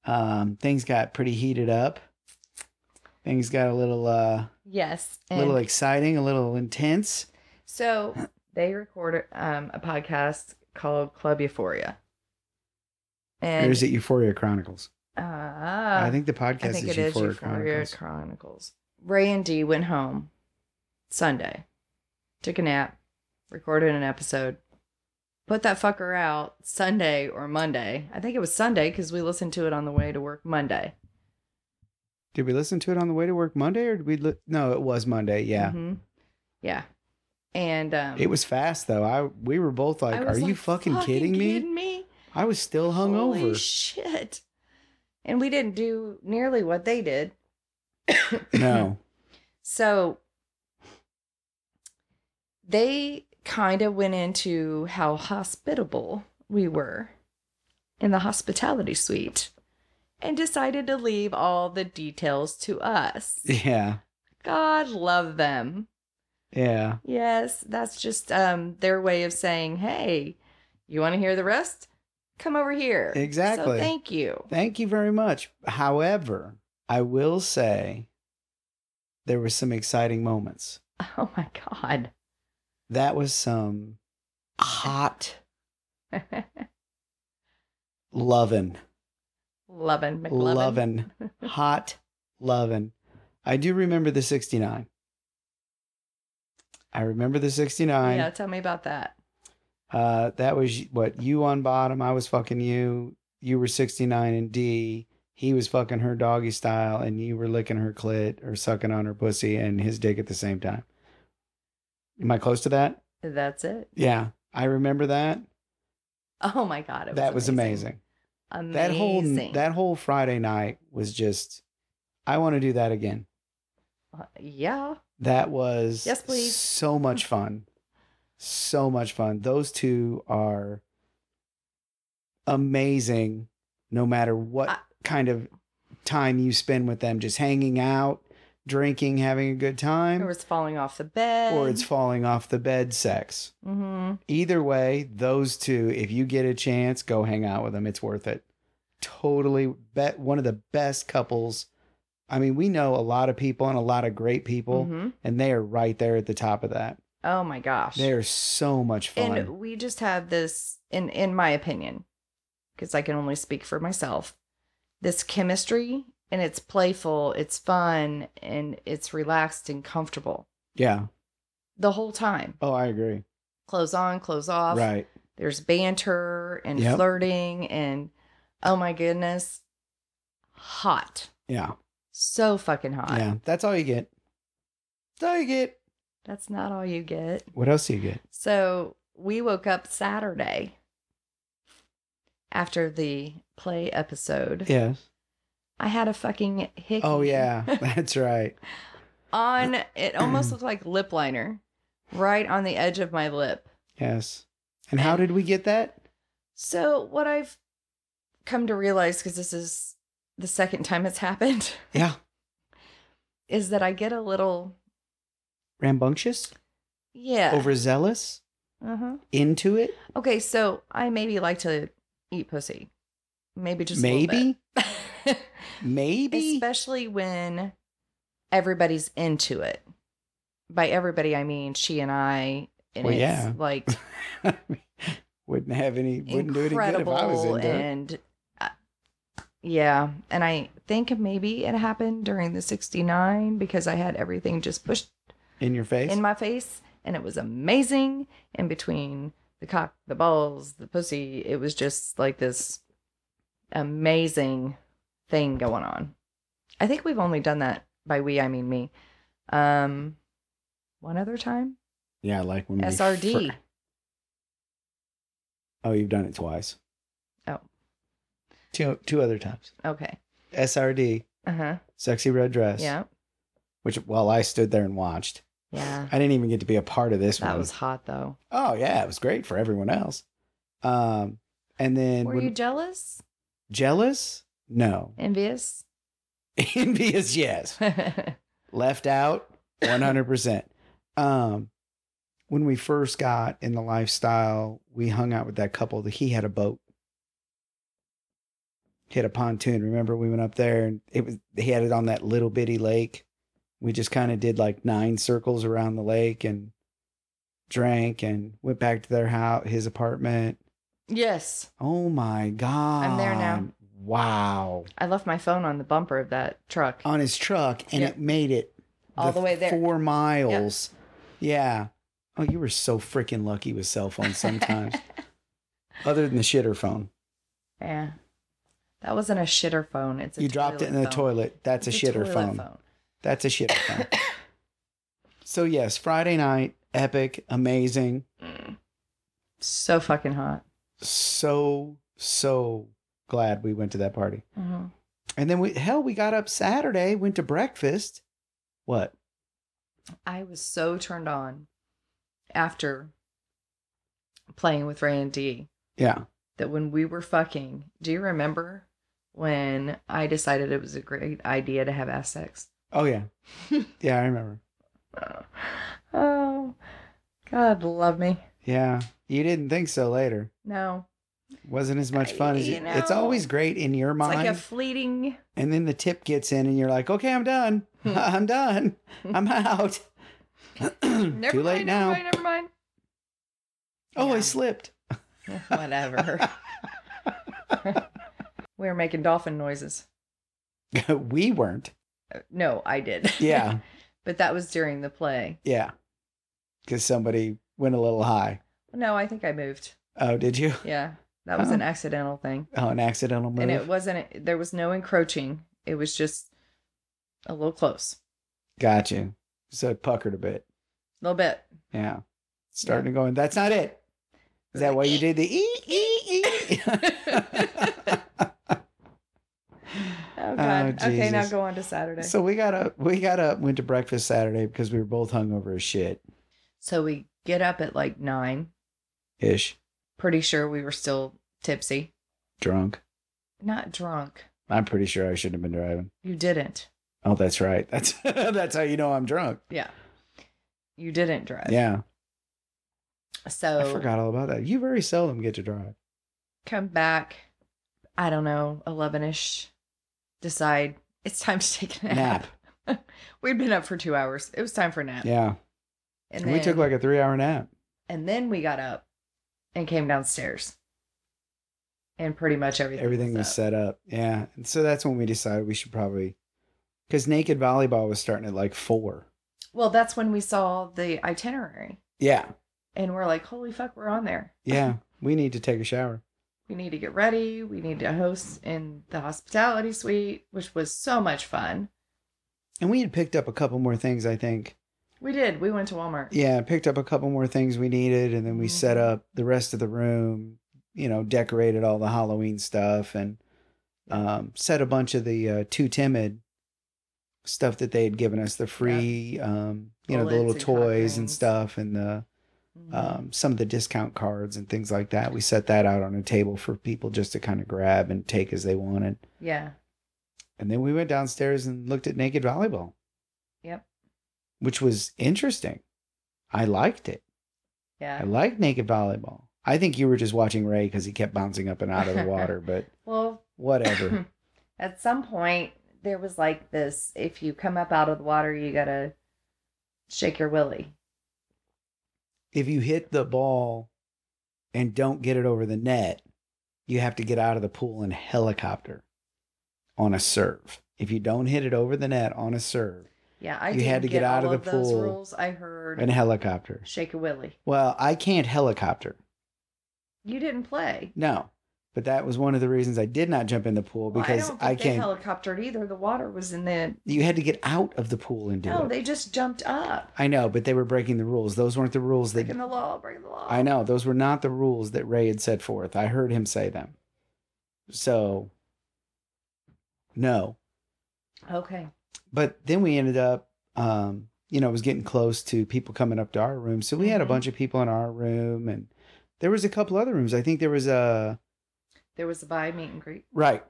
Speaker 1: um, things got pretty heated up. Things got a little, uh,
Speaker 2: yes.
Speaker 1: a
Speaker 2: And
Speaker 1: little exciting, a little intense.
Speaker 2: so they recorded um, a podcast called Club Euphoria. And
Speaker 1: or is it Euphoria Chronicles?
Speaker 2: Uh,
Speaker 1: I think the podcast
Speaker 2: I think
Speaker 1: is,
Speaker 2: it is
Speaker 1: Euphoria, Chronicles.
Speaker 2: Chronicles. Ray and Dee went home Sunday, took a nap, recorded an episode, put that fucker out Sunday or Monday. I think it was Sunday because we listened to it on the way to work Monday.
Speaker 1: Did we listen to it on the way to work Monday, or did we? Li- no, it was Monday. Yeah,
Speaker 2: Mhm. Yeah. And um,
Speaker 1: it was fast though. I we were both like,
Speaker 2: I
Speaker 1: "Are
Speaker 2: was
Speaker 1: you
Speaker 2: like,
Speaker 1: fucking, kidding me?"
Speaker 2: Kidding me?
Speaker 1: I was still hungover.
Speaker 2: Holy shit. And we didn't do nearly what they did.
Speaker 1: no,
Speaker 2: So they kind of went into how hospitable we were in the hospitality suite and decided to leave all the details to us.
Speaker 1: yeah,
Speaker 2: God love them.
Speaker 1: yeah,
Speaker 2: Yes, that's just um their way of saying, "Hey, you want to hear the rest? Come over here." So
Speaker 1: Exactly.
Speaker 2: thank you.
Speaker 1: Thank you very much. However, I will say there were some exciting moments.
Speaker 2: Oh my god.
Speaker 1: That was some hot lovin'.
Speaker 2: Lovin' McLovin.
Speaker 1: lovin', hot lovin'. I do remember the 69. I remember the 69.
Speaker 2: Yeah, tell me about that.
Speaker 1: Uh, that was what you on bottom. I was fucking you. You were 69 and D. He was fucking her doggy style, and you were licking her clit or sucking on her pussy and his dick at the same time. Am I close to that?
Speaker 2: That's it.
Speaker 1: Yeah, I remember that.
Speaker 2: Oh my god, it was
Speaker 1: that was
Speaker 2: amazing.
Speaker 1: amazing. That whole
Speaker 2: Amazing.
Speaker 1: that whole Friday night was just. I want to do that again.
Speaker 2: Uh, yeah,
Speaker 1: That was
Speaker 2: Yes, please.
Speaker 1: so much fun. So much fun. Those two are amazing no matter what
Speaker 2: I-
Speaker 1: kind of time you spend with them, just hanging out, drinking, having a good time,
Speaker 2: or it's falling off the bed,
Speaker 1: or it's falling off the bed sex.
Speaker 2: hmm
Speaker 1: Either way, those two, if you get a chance, go hang out with them. It's worth it. Totally bet one of the best couples. I mean, we know a lot of people and a lot of great people
Speaker 2: Mhm.
Speaker 1: and they are right there at the top of that.
Speaker 2: Oh my gosh,
Speaker 1: They are so much fun.
Speaker 2: and we just have this, in in my opinion, because I can only speak for myself, this chemistry, and it's playful, it's fun, and it's relaxed and comfortable
Speaker 1: yeah.
Speaker 2: the whole time.
Speaker 1: Oh, I agree.
Speaker 2: Clothes on, clothes off.
Speaker 1: Right.
Speaker 2: There's banter and
Speaker 1: Yep.
Speaker 2: flirting, and oh my goodness, hot,
Speaker 1: Yeah.
Speaker 2: so fucking hot.
Speaker 1: Yeah. That's all you get. That's all you get.
Speaker 2: That's not all you get.
Speaker 1: What else do you get?
Speaker 2: So we woke up Saturday after the play episode.
Speaker 1: Yes.
Speaker 2: I had a fucking hickey.
Speaker 1: Oh yeah. That's right.
Speaker 2: on it almost looked like lip liner right on the edge of my lip.
Speaker 1: Yes. And how did we get that?
Speaker 2: So what I've come to realize cuz this is the second time it's happened
Speaker 1: Yeah.
Speaker 2: is that I get a little
Speaker 1: Rambunctious?
Speaker 2: yeah.
Speaker 1: Overzealous?
Speaker 2: uh-huh.
Speaker 1: Into it?
Speaker 2: Okay, so I maybe like to eat pussy. Maybe just
Speaker 1: maybe,
Speaker 2: A little bit.
Speaker 1: maybe.
Speaker 2: Especially when everybody's into it. By everybody, I mean she and I. And
Speaker 1: Well,
Speaker 2: it's
Speaker 1: yeah.
Speaker 2: like
Speaker 1: wouldn't have any. Wouldn't do any good if I was into
Speaker 2: incredible.
Speaker 1: it.
Speaker 2: And uh, yeah. And I think maybe it happened during the 69 because I had everything just pushed
Speaker 1: In your face.
Speaker 2: in my face and it was amazing and between the cock the balls the pussy it was just like this amazing thing going on i think we've only done that by we i mean me um one other time
Speaker 1: yeah, like when we
Speaker 2: srd
Speaker 1: fir- oh, you've done it twice.
Speaker 2: Oh.
Speaker 1: Two two other times.
Speaker 2: okay
Speaker 1: SRD,
Speaker 2: uh-huh
Speaker 1: sexy red dress.
Speaker 2: yeah
Speaker 1: Which while I stood there and watched,
Speaker 2: yeah
Speaker 1: I didn't even get to be a part of this
Speaker 2: that
Speaker 1: one.
Speaker 2: was hot though
Speaker 1: Oh yeah, it was great for everyone else. Um, and then
Speaker 2: were
Speaker 1: when-
Speaker 2: you jealous
Speaker 1: jealous? No.
Speaker 2: envious
Speaker 1: Envious? Yes. Left out? One hundred percent. Um, when we first got in the lifestyle, we hung out with that couple. That he had a boat, hit a pontoon. Remember, we went up there and it was he had it on that little bitty lake. We just kind of did like nine circles around the lake and drank and went back to their house, his apartment.
Speaker 2: yes
Speaker 1: Oh my god.
Speaker 2: there now.
Speaker 1: Wow.
Speaker 2: i left my phone on the bumper of that truck
Speaker 1: On his truck and
Speaker 2: Yeah.
Speaker 1: it made it
Speaker 2: All the way there.
Speaker 1: 4 miles. Yeah. Oh, you were so freaking lucky with cell phones sometimes. Other than the shitter phone.
Speaker 2: Yeah. That wasn't a shitter phone. It's a
Speaker 1: you dropped it in the toilet. That's a, shitter phone. That's a shitter phone. so yes, Friday night, epic, amazing.
Speaker 2: Mm. So fucking hot.
Speaker 1: So so glad we went to that party.
Speaker 2: hmm
Speaker 1: And then we hell, we got up Saturday, went to breakfast. What?
Speaker 2: I was so turned on after playing with Randy
Speaker 1: Yeah.
Speaker 2: that when we were fucking, do you remember when I decided it was a great idea to have ass sex?
Speaker 1: Oh yeah. yeah, I remember.
Speaker 2: Oh, God love me.
Speaker 1: Yeah. You didn't think so later.
Speaker 2: No.
Speaker 1: Wasn't as much
Speaker 2: I-
Speaker 1: fun as you,
Speaker 2: Uh, you know,
Speaker 1: it's always great in your
Speaker 2: It's
Speaker 1: mind.
Speaker 2: like a fleeting.
Speaker 1: and then the tip gets in and you're like, "Okay, I'm done.
Speaker 2: Hmm.
Speaker 1: I'm done. I'm out."
Speaker 2: Never
Speaker 1: Too late
Speaker 2: mind,
Speaker 1: now.
Speaker 2: Never mind, never mind.
Speaker 1: Oh, I
Speaker 2: Yeah.
Speaker 1: slipped.
Speaker 2: Whatever. we were making dolphin noises.
Speaker 1: we weren't.
Speaker 2: Uh, No, I did.
Speaker 1: Yeah.
Speaker 2: but that was during the play.
Speaker 1: Yeah. Cuz somebody went a little high.
Speaker 2: No, I think I moved.
Speaker 1: Oh, did you?
Speaker 2: Yeah. That was an accidental thing.
Speaker 1: Oh, an accidental move.
Speaker 2: And it wasn't, there was no encroaching. It was just a little close,
Speaker 1: Got you. So it puckered a bit.
Speaker 2: a little bit.
Speaker 1: Yeah. Starting to go in. That's not it. Is that why you did the e e e?
Speaker 2: Oh, God. okay, now
Speaker 1: Jesus.
Speaker 2: go on to Saturday. So,
Speaker 1: so we got up. We got up. Went to breakfast Saturday because we were both hungover as shit
Speaker 2: we get up at like nine.
Speaker 1: ish,
Speaker 2: Pretty sure we were still tipsy.
Speaker 1: drunk.
Speaker 2: Not drunk.
Speaker 1: I'm pretty sure I shouldn't have been driving.
Speaker 2: You didn't.
Speaker 1: Oh, that's right. That's that's how you know I'm drunk.
Speaker 2: Yeah. You didn't drive.
Speaker 1: Yeah,
Speaker 2: So
Speaker 1: I forgot all about that. You very seldom get to drive.
Speaker 2: come back, I don't know, 11 ish, decide it's time to take a nap.
Speaker 1: Nap.
Speaker 2: We'd been up for two hours. It was time for a nap.
Speaker 1: Yeah,
Speaker 2: And,
Speaker 1: and
Speaker 2: then,
Speaker 1: we took like a three hour nap.
Speaker 2: and then we got up and came downstairs. And pretty much everything,
Speaker 1: Everything was
Speaker 2: up.
Speaker 1: set up. Yeah, and so that's when we decided we should probably, because naked volleyball was starting at like four.
Speaker 2: Well, that's when we saw the itinerary
Speaker 1: Yeah,
Speaker 2: and we're like, holy fuck, we're on there.
Speaker 1: yeah. we need to take a shower.
Speaker 2: We need to get ready. We need to host in the hospitality suite, which was so much fun.
Speaker 1: And we had picked up a couple more things, I think.
Speaker 2: We did. We went to Walmart.
Speaker 1: Yeah, picked up a couple more things we needed, and then we set
Speaker 2: Mhm.
Speaker 1: up the rest of the room. You know, decorated all the Halloween stuff, and um, set a bunch of the uh, too timid stuff that they had given us the free, um, you know, the
Speaker 2: Bullets
Speaker 1: little
Speaker 2: and
Speaker 1: toys and
Speaker 2: cocktails.
Speaker 1: stuff, and the
Speaker 2: Mhm.
Speaker 1: um, some of the discount cards and things like that. We set that out on a table for people just to kind of grab and take as they wanted.
Speaker 2: yeah.
Speaker 1: And then we went downstairs and looked at naked volleyball.
Speaker 2: Yep.
Speaker 1: Which was interesting. I liked it.
Speaker 2: Yeah.
Speaker 1: I like naked volleyball. I think you were just watching Ray because he kept bouncing up and out of the water, but
Speaker 2: Well,
Speaker 1: whatever.
Speaker 2: At some point, there was like this if you come up out of the water, you gotta shake your willy.
Speaker 1: if you hit the ball and don't get it over the net, you have to get out of the pool and helicopter on a serve. If you don't hit it over the net on a serve,
Speaker 2: Yeah, I
Speaker 1: You
Speaker 2: did
Speaker 1: had to
Speaker 2: get,
Speaker 1: get out
Speaker 2: all
Speaker 1: of the
Speaker 2: those
Speaker 1: pool
Speaker 2: rules. I heard
Speaker 1: and helicopter.
Speaker 2: shake a willy.
Speaker 1: Well, I can't helicopter.
Speaker 2: You didn't play.
Speaker 1: No. But that was one of the reasons I did not jump in the pool
Speaker 2: Well,
Speaker 1: because
Speaker 2: don't
Speaker 1: I,
Speaker 2: think
Speaker 1: can't.
Speaker 2: They helicoptered either. The water was in the.
Speaker 1: you had to get out of the pool and do
Speaker 2: No,
Speaker 1: it.
Speaker 2: they just jumped up.
Speaker 1: I know, but they were breaking the rules. Those weren't the rules that
Speaker 2: Breaking the law, breaking the law.
Speaker 1: I know those were not the rules that Ray had set forth. I heard him say them. So no.
Speaker 2: Okay.
Speaker 1: But then we ended up um you know, it was getting close to people coming up to our room. So we had a
Speaker 2: Mhm.
Speaker 1: bunch of people in our room and there was a couple other rooms. I think there was a
Speaker 2: There was a bi meet and greet.
Speaker 1: right.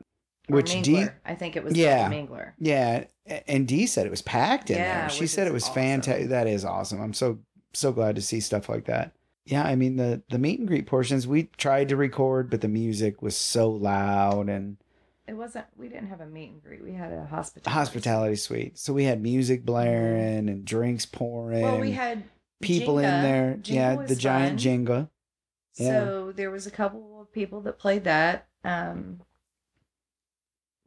Speaker 2: Or
Speaker 1: Which
Speaker 2: mingler.
Speaker 1: D
Speaker 2: I think it was
Speaker 1: Yeah.
Speaker 2: called mingler.
Speaker 1: Yeah, a- and Dee said it was packed in
Speaker 2: Yeah,
Speaker 1: there. She
Speaker 2: which
Speaker 1: said
Speaker 2: is
Speaker 1: it was
Speaker 2: awesome.
Speaker 1: fantastic. That is awesome. I'm so so glad to see stuff like that. Yeah, I mean the the meet and greet portions we tried to record, but the music was so loud and
Speaker 2: It wasn't. We didn't have a meet and greet. We had a hospitality.
Speaker 1: hospitality suite. So we had music blaring and drinks pouring.
Speaker 2: Mm-hmm. Well, we had
Speaker 1: people in
Speaker 2: Jenga.
Speaker 1: there.
Speaker 2: Jenga
Speaker 1: yeah,
Speaker 2: was
Speaker 1: the giant
Speaker 2: fun.
Speaker 1: Jenga. Yeah.
Speaker 2: So there was a couple of people that played that. Um,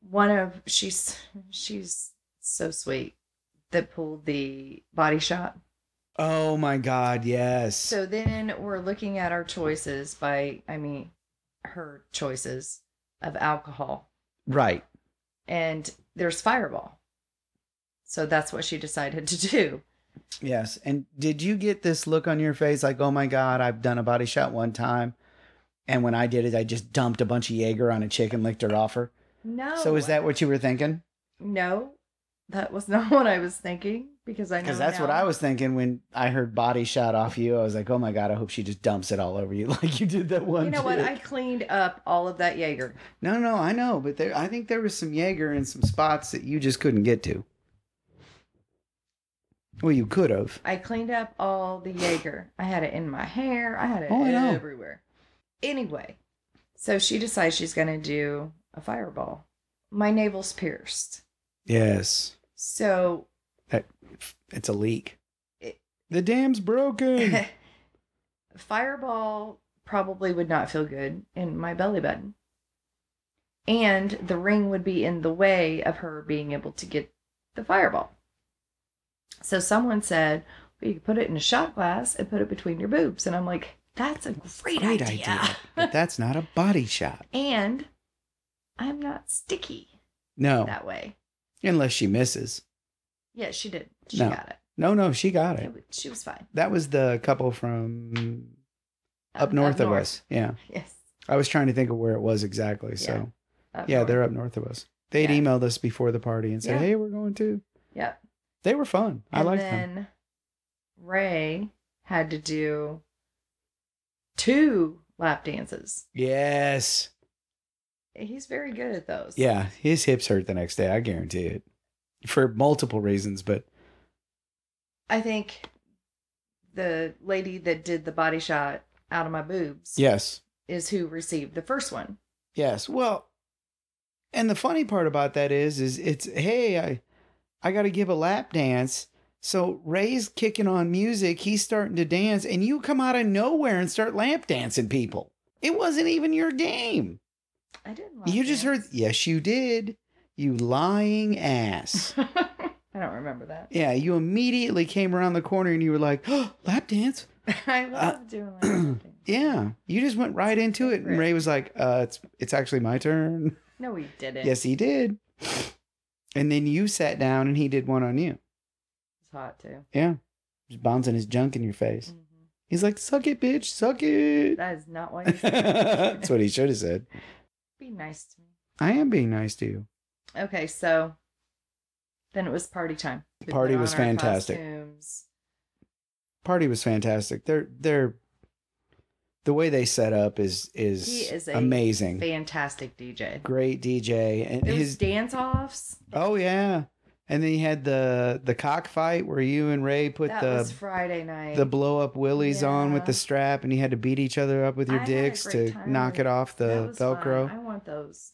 Speaker 2: one of she's she's so sweet that pulled the body shot.
Speaker 1: Oh my God! Yes.
Speaker 2: So then we're looking at our choices by I mean her choices of alcohol
Speaker 1: right.
Speaker 2: and there's fireball. So that's what she decided to do.
Speaker 1: Yes. And did you get this look on your face like, oh my God, I've done a body shot one time. And when I did it, I just dumped a bunch of Jaeger on a chick and licked her off her.
Speaker 2: No.
Speaker 1: so is that what you were thinking?
Speaker 2: No. That was not what I was thinking because I know
Speaker 1: Because that's what
Speaker 2: now.
Speaker 1: I was thinking when I heard body shot off you. I was like, oh my God, I hope she just dumps it all over you like you did that one.
Speaker 2: You know what?
Speaker 1: chick.
Speaker 2: I cleaned up all of that Jaeger.
Speaker 1: No, no, I know, but there, I think there was some Jaeger in some spots that you just couldn't get to. Well, you could have.
Speaker 2: I cleaned up all the Jaeger. I had it in my hair. I had it
Speaker 1: Oh, I know.
Speaker 2: everywhere. Anyway, so she decides she's going to do a fireball. My navel's pierced.
Speaker 1: Yes,
Speaker 2: So
Speaker 1: it's a leak.
Speaker 2: It-
Speaker 1: the dam's broken.
Speaker 2: fireball probably would not feel good in my belly button. And the ring would be in the way of her being able to get the fireball. So someone said, well, you could put it in a shot glass and put it between your boobs. And I'm like, that's a great,
Speaker 1: Great idea.
Speaker 2: idea.
Speaker 1: but that's not a body shot.
Speaker 2: and I'm not sticky
Speaker 1: No,
Speaker 2: that way.
Speaker 1: unless she misses.
Speaker 2: Yeah, she did. She
Speaker 1: No.
Speaker 2: got it.
Speaker 1: No, no, she got
Speaker 2: It
Speaker 1: it.
Speaker 2: wa- she was fine.
Speaker 1: That was the couple from up, north of us. Yeah,
Speaker 2: Yes.
Speaker 1: I was trying to think of where it was exactly. So
Speaker 2: up
Speaker 1: yeah,
Speaker 2: north.
Speaker 1: they're up north of us. They'd
Speaker 2: Yeah.
Speaker 1: emailed us before the party and said,
Speaker 2: Yeah.
Speaker 1: "Hey, we're going to."
Speaker 2: Yep.
Speaker 1: They were fun. I
Speaker 2: and
Speaker 1: liked them.
Speaker 2: then Ray had to do two lap dances.
Speaker 1: Yes.
Speaker 2: He's very good at those.
Speaker 1: Yeah, his hips hurt the next day. I guarantee it, for multiple reasons. But
Speaker 2: I think the lady that did the body shot out of my boobs
Speaker 1: yes,
Speaker 2: is who received the first one.
Speaker 1: yes. Well, and the funny part about that is, is it's hey, I, I got to give a lap dance. So Ray's kicking on music. He's starting to dance, and you come out of nowhere and start lap dancing people. It wasn't even your game.
Speaker 2: I didn't lap
Speaker 1: You just heard.
Speaker 2: dance.
Speaker 1: Yes, you did. You lying ass.
Speaker 2: I don't remember that.
Speaker 1: yeah, you immediately came around the corner and you were like, oh, lap dance.
Speaker 2: I love doing lap dancing.
Speaker 1: Uh, Yeah, you just went right into it, and
Speaker 2: Right.
Speaker 1: Ray was like, uh, "It's it's actually my turn."
Speaker 2: No, we didn't.
Speaker 1: Yes, he did. And then you sat down, and he did one on you,
Speaker 2: It's hot too.
Speaker 1: just bouncing his junk in your face.
Speaker 2: Mhm.
Speaker 1: He's like, "Suck it, bitch, suck it."
Speaker 2: That is not what you said.
Speaker 1: That's what he should have said.
Speaker 2: Be nice to me.
Speaker 1: I am being nice to you.
Speaker 2: Okay, so then it was party time. We put
Speaker 1: Party
Speaker 2: on
Speaker 1: was
Speaker 2: our
Speaker 1: fantastic.
Speaker 2: costumes.
Speaker 1: Party was fantastic. They're they're the way they set up is is,
Speaker 2: He is a
Speaker 1: amazing.
Speaker 2: Fantastic DJ.
Speaker 1: Great DJ and
Speaker 2: There was
Speaker 1: his
Speaker 2: dance offs.
Speaker 1: oh yeah, and then he had the the cockfight where you and Ray put
Speaker 2: That
Speaker 1: the
Speaker 2: was Friday night.
Speaker 1: the blow up willies on with the
Speaker 2: Yeah.
Speaker 1: strap and you had to beat each other up with your
Speaker 2: I had a
Speaker 1: dicks to
Speaker 2: great time.
Speaker 1: knock it off
Speaker 2: That
Speaker 1: the
Speaker 2: was fun.
Speaker 1: velcro
Speaker 2: I want those.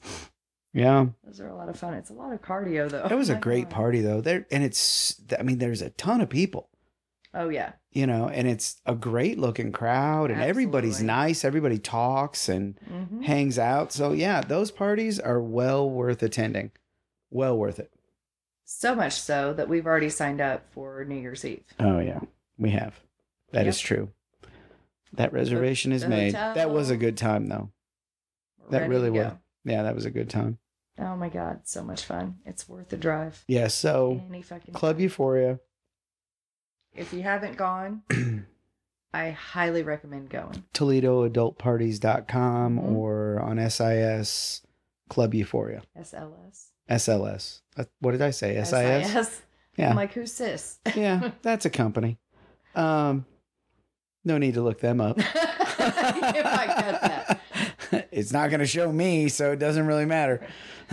Speaker 1: Yeah.
Speaker 2: Those are a lot of fun. It's a lot of cardio though.
Speaker 1: That was a
Speaker 2: Oh My
Speaker 1: great
Speaker 2: God.
Speaker 1: party though. There and it's I mean there's a ton of people,
Speaker 2: Oh yeah.
Speaker 1: you know, and it's a great looking crowd and everybody's
Speaker 2: Absolutely.
Speaker 1: nice, everybody talks and
Speaker 2: hmm
Speaker 1: hangs out. So yeah, those parties are well worth attending. Well worth it.
Speaker 2: So much so that we've already signed up for New Year's Eve.
Speaker 1: Oh yeah, we have. That is
Speaker 2: Yep.
Speaker 1: true. That reservation is
Speaker 2: the
Speaker 1: made. That was a
Speaker 2: hotel.
Speaker 1: good time though.
Speaker 2: We're
Speaker 1: That
Speaker 2: ready
Speaker 1: really
Speaker 2: to
Speaker 1: was.
Speaker 2: go.
Speaker 1: Yeah, that was a good time.
Speaker 2: Oh my god, so much fun. It's worth the drive.
Speaker 1: Yeah, so
Speaker 2: Any fucking
Speaker 1: Oh, Club
Speaker 2: time.
Speaker 1: Euphoria.
Speaker 2: If you haven't gone, I highly recommend going.
Speaker 1: ToledoAdultParties.com
Speaker 2: Mhm.
Speaker 1: or on SIS Club Euphoria.
Speaker 2: SLS.
Speaker 1: SLS. Uh, What did I say? SIS? Yeah.
Speaker 2: I'm like, who's sis?
Speaker 1: yeah, that's a company. Um, no need to look them up.
Speaker 2: if I get that.
Speaker 1: it's not going to show me, so it doesn't really matter.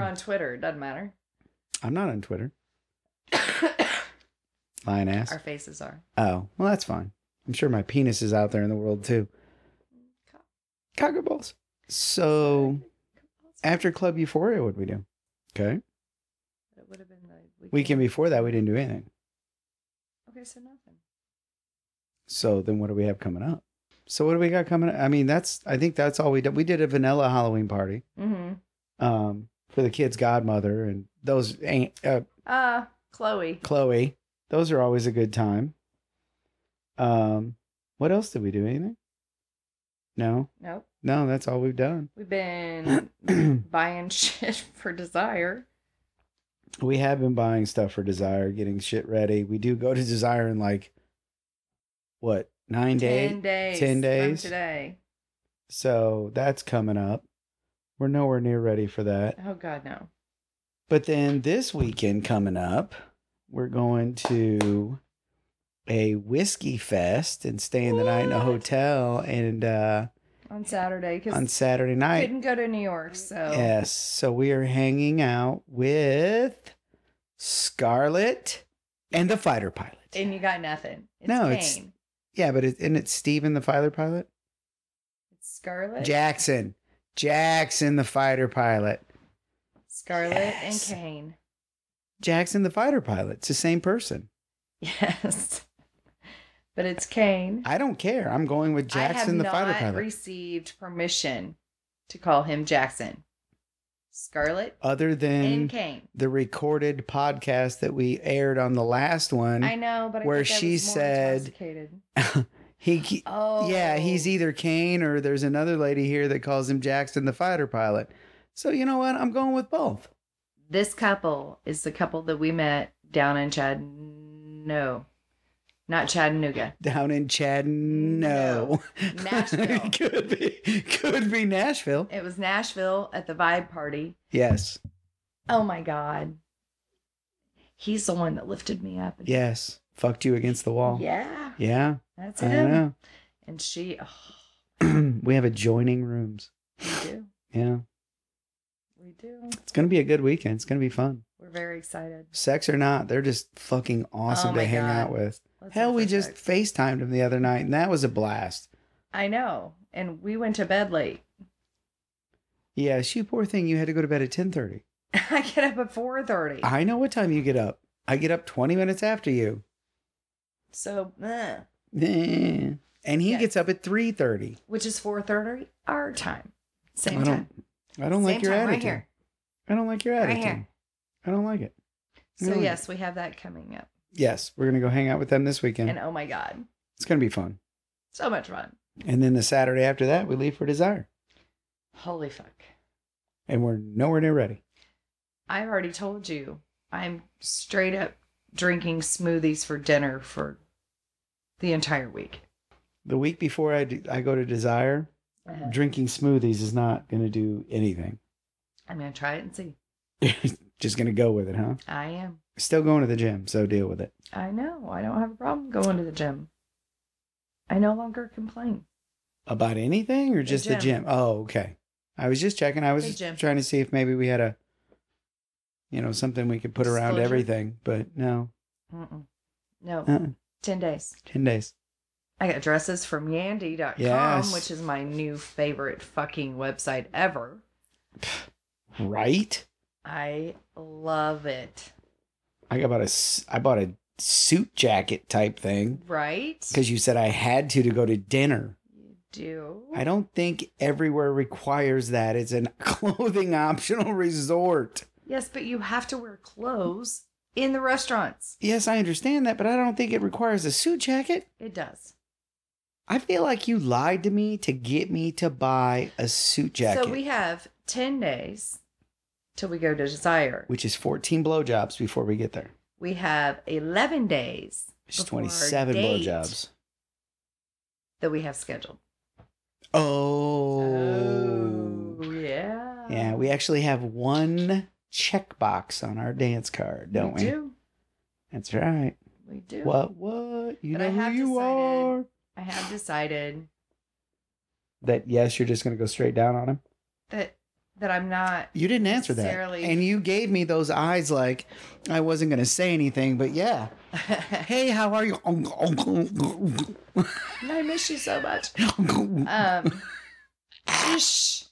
Speaker 1: I'm
Speaker 2: on Twitter. It doesn't matter.
Speaker 1: not on Twitter. Lion ass.
Speaker 2: Our faces are.
Speaker 1: Oh, well, that's fine. I'm sure my penis is out there in the world too.
Speaker 2: Cock-
Speaker 1: Cocker balls. So after Club Euphoria, what would we do? Okay.
Speaker 2: It would have been the
Speaker 1: Weekend before that, we didn't do anything.
Speaker 2: Okay, so nothing.
Speaker 1: So then what do we have coming up? So what do we got coming up? I mean, that's I think that's all we did. We did a vanilla Halloween party
Speaker 2: Mm-hmm.
Speaker 1: um for the kid's godmother and those ain't uh
Speaker 2: Uh, Chloe.
Speaker 1: Chloe. Those are always a good time. Um what else did we do? Anything? No.
Speaker 2: Nope.
Speaker 1: No, that's all we've done.
Speaker 2: We've been buying shit for Desire.
Speaker 1: we have been buying stuff for Desire, getting shit ready. We do go to Desire in like what, nine days?
Speaker 2: Ten days.
Speaker 1: Ten
Speaker 2: from
Speaker 1: days?
Speaker 2: today.
Speaker 1: So that's coming up. We're nowhere near ready for that.
Speaker 2: Oh God, no.
Speaker 1: But then this weekend coming up, we're going to a whiskey fest and staying the night in a
Speaker 2: What?
Speaker 1: hotel and uh
Speaker 2: On Saturday,
Speaker 1: on
Speaker 2: because
Speaker 1: Saturday night.
Speaker 2: couldn't go to New York, so
Speaker 1: Yes. So we are hanging out with Scarlett and the fighter pilot.
Speaker 2: and you got nothing. It's
Speaker 1: No,
Speaker 2: Kane.
Speaker 1: it's-
Speaker 2: It's,
Speaker 1: Yeah, but it, and it's Steven the fighter pilot?
Speaker 2: Scarlet.
Speaker 1: Jackson. Jackson the fighter pilot.
Speaker 2: Scarlet
Speaker 1: Yes.
Speaker 2: and Kane.
Speaker 1: Jackson the fighter pilot. It's the same person.
Speaker 2: Yes. But it's Kane.
Speaker 1: I don't care. I'm going with Jackson the
Speaker 2: I have
Speaker 1: fighter
Speaker 2: not
Speaker 1: pilot.
Speaker 2: received permission to call him Jackson. Scarlet
Speaker 1: Other
Speaker 2: and
Speaker 1: than
Speaker 2: Kane.
Speaker 1: the recorded podcast that we aired on the last
Speaker 2: I
Speaker 1: one,
Speaker 2: know, but I
Speaker 1: where
Speaker 2: think I
Speaker 1: she
Speaker 2: was more
Speaker 1: said-
Speaker 2: intoxicated.
Speaker 1: he he
Speaker 2: "Oh,
Speaker 1: yeah, he's e either Kane or there's another lady here that calls him Jackson the fighter pilot. So you know what? I'm going with both.
Speaker 2: This couple is the couple that we met down in Chad. No, not Chattanooga.
Speaker 1: Down in Chad, no.
Speaker 2: No. Nashville.
Speaker 1: could be could be Nashville.
Speaker 2: It was Nashville at the Vibe Party.
Speaker 1: Yes.
Speaker 2: Oh my God. He's the one that lifted me up. and-
Speaker 1: Yes. Fucked you against the wall.
Speaker 2: Yeah.
Speaker 1: Yeah.
Speaker 2: That's
Speaker 1: I
Speaker 2: him.
Speaker 1: know.
Speaker 2: And she, oh,
Speaker 1: we have adjoining rooms.
Speaker 2: we do.
Speaker 1: Yeah.
Speaker 2: We do.
Speaker 1: It's going to be a good weekend. It's going to be fun.
Speaker 2: We're very excited.
Speaker 1: Sex or not, they're just fucking awesome
Speaker 2: Oh
Speaker 1: to
Speaker 2: my
Speaker 1: hang
Speaker 2: God.
Speaker 1: out with.
Speaker 2: Let's
Speaker 1: Hell,
Speaker 2: hope
Speaker 1: we
Speaker 2: for
Speaker 1: just
Speaker 2: sex.
Speaker 1: FaceTimed him the other night and that was a blast.
Speaker 2: I know. And we went to bed late.
Speaker 1: Yeah, she poor thing, you had to go to bed at 10:30.
Speaker 2: I get up at four thirty.
Speaker 1: I know what time you get up. I get up 20 minutes after you.
Speaker 2: So, eh,
Speaker 1: Eh. And he
Speaker 2: Yeah.
Speaker 1: gets up at 3:30.
Speaker 2: which is four thirty our time, same
Speaker 1: I don't
Speaker 2: time.
Speaker 1: I don't like
Speaker 2: Same
Speaker 1: your
Speaker 2: time,
Speaker 1: attitude.
Speaker 2: Right here.
Speaker 1: I don't like your
Speaker 2: Right
Speaker 1: attitude.
Speaker 2: here.
Speaker 1: I don't like it. I
Speaker 2: So
Speaker 1: don't like
Speaker 2: yes, we have that coming up.
Speaker 1: it. Yes, we're going to go hang out with them this weekend.
Speaker 2: And oh my god,
Speaker 1: It's going to be fun.
Speaker 2: so much fun!
Speaker 1: And then the Saturday after that, we leave for Desire.
Speaker 2: Holy fuck!
Speaker 1: And we're nowhere near ready.
Speaker 2: I already told you I'm straight up drinking smoothies for dinner for the entire week.
Speaker 1: The week before I, do, I go to Desire,
Speaker 2: Uh-huh.
Speaker 1: drinking smoothies is not going to do anything.
Speaker 2: I'm gonna try it and see.
Speaker 1: Just going to go with it, huh?
Speaker 2: I am.
Speaker 1: Still going to the gym, so deal with it.
Speaker 2: I know. I don't have a problem going to the gym. I no longer complain.
Speaker 1: About anything or just the gym?
Speaker 2: gym.
Speaker 1: Oh, okay. I was just checking. I was
Speaker 2: The
Speaker 1: just
Speaker 2: gym.
Speaker 1: trying to see if maybe we had a, you know, something we could put around
Speaker 2: Disclosure.
Speaker 1: everything, but no.
Speaker 2: Mm-mm. No,
Speaker 1: Uh-uh.
Speaker 2: ten days.
Speaker 1: 10 days.
Speaker 2: I got dresses from Yandy.com,
Speaker 1: Yes.
Speaker 2: which is my new favorite fucking website ever.
Speaker 1: Right?
Speaker 2: I love it.
Speaker 1: I got about a s- I bought a suit jacket type thing
Speaker 2: Right?
Speaker 1: because you said I had to to go to dinner.
Speaker 2: You do.
Speaker 1: I don't think everywhere requires that. It's a clothing optional resort.
Speaker 2: Yes, but you have to wear clothes in the restaurants.
Speaker 1: Yes, I understand that, but I don't think it requires a suit jacket.
Speaker 2: It does.
Speaker 1: I feel like you lied to me to get me to buy a suit jacket,
Speaker 2: So we have 10 days till we go to Desire.
Speaker 1: which is 14 blowjobs before we get there.
Speaker 2: We have 11 days
Speaker 1: It's
Speaker 2: Before our
Speaker 1: 27
Speaker 2: date.
Speaker 1: blowjobs.
Speaker 2: that we have scheduled.
Speaker 1: Oh.
Speaker 2: yeah.
Speaker 1: Yeah, we actually have one checkbox on our dance card, don't we?
Speaker 2: do.
Speaker 1: That's right.
Speaker 2: We do.
Speaker 1: What, what? You
Speaker 2: But I
Speaker 1: know
Speaker 2: have
Speaker 1: who you
Speaker 2: decided-
Speaker 1: are.
Speaker 2: I have decided
Speaker 1: That, yes, you're just going to go straight down on him.
Speaker 2: that that I'm not
Speaker 1: You didn't answer that.
Speaker 2: Necessarily.
Speaker 1: And you gave me those eyes like I wasn't going to say anything, but yeah. Hey, how are you?
Speaker 2: I miss you so much. Um shh,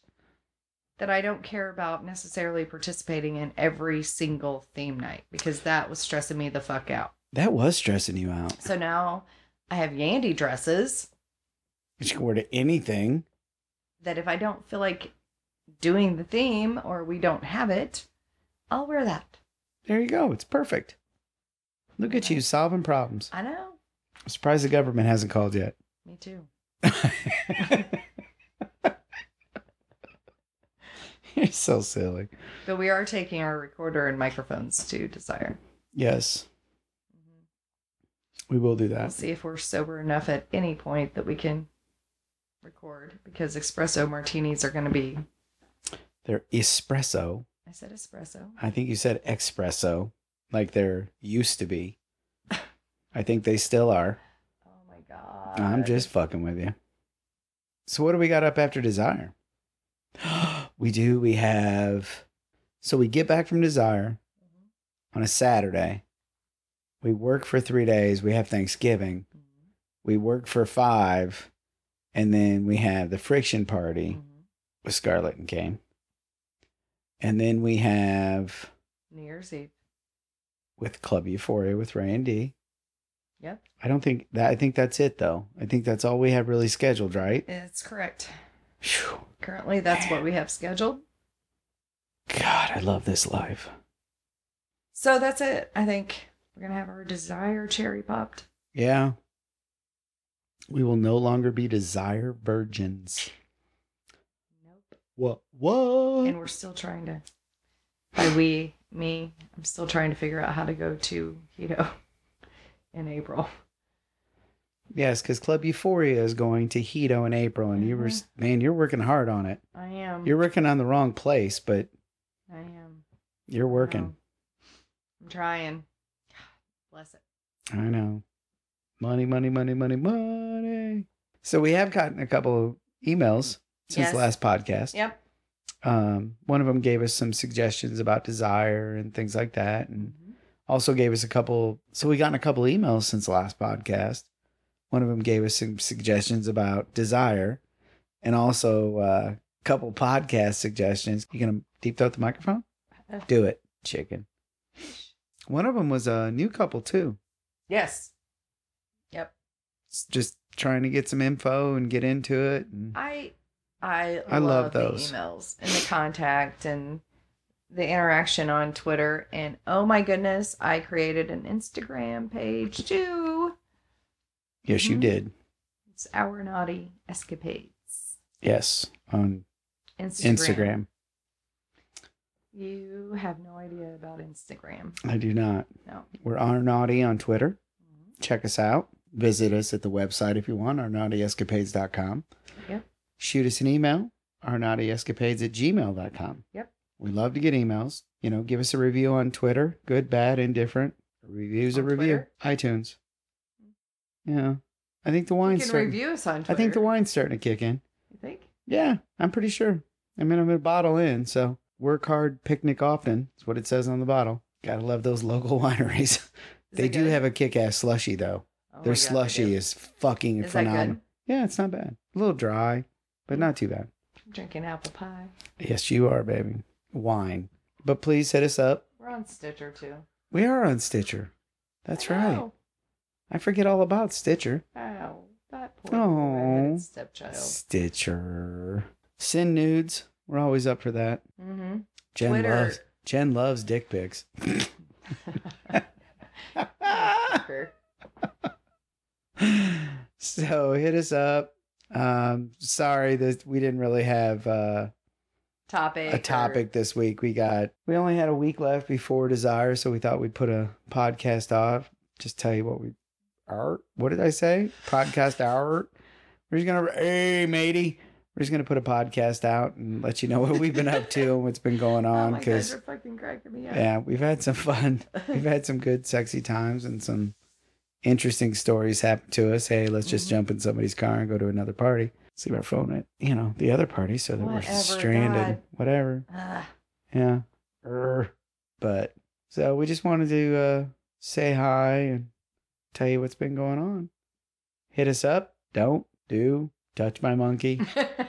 Speaker 2: that I don't care about necessarily participating in every single theme night because that was stressing me the fuck out.
Speaker 1: that was stressing you out.
Speaker 2: So now I have Yandy dresses
Speaker 1: You can wear to anything.
Speaker 2: that if I don't feel like doing the theme or we don't have it, I'll wear that.
Speaker 1: There you go. It's perfect. Look at you solving problems.
Speaker 2: I know.
Speaker 1: I'm surprised the government hasn't called yet.
Speaker 2: Me too.
Speaker 1: You're so silly.
Speaker 2: But we are taking our recorder and microphones to Desire.
Speaker 1: Yes, Mm-hmm. we will do
Speaker 2: We'll
Speaker 1: that.
Speaker 2: see if we're sober enough at any point that we can record because espresso martinis are going to be.
Speaker 1: They're espresso.
Speaker 2: I said espresso.
Speaker 1: I think you said espresso, like there used to be. I think they still are.
Speaker 2: Oh my god.
Speaker 1: I'm just fucking with you. So what do we got up after Desire? we do. We have. So we get back from Desire
Speaker 2: Mm-hmm.
Speaker 1: on a Saturday. We work for three days. We have Thanksgiving.
Speaker 2: Mhm.
Speaker 1: We work for five, and then we have the friction party
Speaker 2: Mhm.
Speaker 1: with Scarlett and Kane. And then we have
Speaker 2: New Year's Eve.
Speaker 1: with Club Euphoria with Ray and D.
Speaker 2: Yep.
Speaker 1: I don't think that. I think that's it though. I think that's all we have really scheduled, right?
Speaker 2: It's correct.
Speaker 1: Phew.
Speaker 2: Currently, that's what we have scheduled.
Speaker 1: God, I love this life.
Speaker 2: So that's it. I think we're going to have our Desire cherry popped.
Speaker 1: Yeah. We will no longer be desire virgins.
Speaker 2: Nope.
Speaker 1: What? What?
Speaker 2: And we're still trying to. By we, me, I'm still trying to figure out how to go to keto in April.
Speaker 1: yes, because Club Euphoria is going to Hito in April, and you
Speaker 2: Mm-hmm.
Speaker 1: were s- man, you're working hard on it.
Speaker 2: I am.
Speaker 1: You're working on the wrong place, but
Speaker 2: I am. Um,
Speaker 1: you're working.
Speaker 2: I'm trying. Bless it.
Speaker 1: I know. Money, money, money, money, money. So we have gotten a couple of emails since
Speaker 2: Yes.
Speaker 1: the last podcast.
Speaker 2: Yep.
Speaker 1: Um, one of them gave us some suggestions about desire and things like that, and also gave us a couple so we gotten a couple emails since the last podcast one of them gave us some suggestions about desire and also uh, a couple podcast suggestions you gonna deep throat the microphone
Speaker 2: Uh.
Speaker 1: do it chicken one of them was a new couple too
Speaker 2: Yes. Yep.
Speaker 1: s- just trying to get some info and get into it and
Speaker 2: I I
Speaker 1: I love
Speaker 2: the
Speaker 1: those.
Speaker 2: emails and the contact and the interaction on Twitter and oh my goodness, I created an Instagram page too.
Speaker 1: yes you
Speaker 2: Mhm.
Speaker 1: did
Speaker 2: It's our naughty escapades.
Speaker 1: yes on instagram
Speaker 2: Instagram. You have no idea about Instagram.
Speaker 1: i do not
Speaker 2: No.
Speaker 1: we're arnaughty on twitter
Speaker 2: Mhm.
Speaker 1: check us out. Visit us at the website if you want, our naughtyescapades.com.
Speaker 2: Yep.
Speaker 1: Shoot us an email, our naughtyescapades at gmail.com.
Speaker 2: Yep.
Speaker 1: We love to get emails. You know, give us a review on Twitter, good, bad, indifferent. A Review's a
Speaker 2: On
Speaker 1: review.
Speaker 2: Twitter?
Speaker 1: iTunes. Yeah. I think the
Speaker 2: You
Speaker 1: wine's
Speaker 2: can
Speaker 1: starting.
Speaker 2: review us on
Speaker 1: I
Speaker 2: Twitter.
Speaker 1: think the wine's starting to kick in.
Speaker 2: You think?
Speaker 1: Yeah, I'm pretty sure. I mean, I'm a bottle in, so work hard, picnic often. That's what it says on the bottle. Gotta love those local wineries.
Speaker 2: Is
Speaker 1: they
Speaker 2: it
Speaker 1: do
Speaker 2: good?
Speaker 1: have a kick-ass slushy though.
Speaker 2: Oh my
Speaker 1: Their
Speaker 2: God, they
Speaker 1: slushy
Speaker 2: do.
Speaker 1: is fucking
Speaker 2: Is that
Speaker 1: phenomenal.
Speaker 2: good?
Speaker 1: Yeah, it's not bad. A little dry, but not too bad.
Speaker 2: I'm drinking apple pie.
Speaker 1: Yes, you are, baby. wine. But please hit us up.
Speaker 2: We're on Stitcher too.
Speaker 1: We are on Stitcher. That's
Speaker 2: I
Speaker 1: right.
Speaker 2: know.
Speaker 1: I forget all about Stitcher.
Speaker 2: Ow, that poor
Speaker 1: Aw.
Speaker 2: redheaded stepchild.
Speaker 1: Stitcher. Send nudes. We're always up for that.
Speaker 2: Mm-hmm.
Speaker 1: Jen
Speaker 2: Twitter.
Speaker 1: loves Jen loves dick pics.
Speaker 2: Fucker.
Speaker 1: so hit us up. Um, sorry that we didn't really have uh,
Speaker 2: topic.
Speaker 1: a
Speaker 2: or-
Speaker 1: topic this week. We got we only had a week left before Desire, so we thought we'd put a podcast off. Just tell you what we are. What did I say? Podcast hour. We're just gonna hey matey. We're just gonna put a podcast out and let you know what we've been up to and what's been going
Speaker 2: Oh
Speaker 1: on.
Speaker 2: my God,
Speaker 1: Because
Speaker 2: you're fucking cracking me up.
Speaker 1: yeah, we've had some fun. We've had some good sexy times and some interesting stories happen to us. Hey, let's just
Speaker 2: Mhm.
Speaker 1: jump in somebody's car and go to another party. Leave our phone at you know the other party so that we're
Speaker 2: Whatever,
Speaker 1: stranded.
Speaker 2: God.
Speaker 1: Whatever.
Speaker 2: Ugh.
Speaker 1: Yeah. Er. But so we just wanted to uh, say hi and tell you what's been going on. Hit us up. Don't do touch my monkey.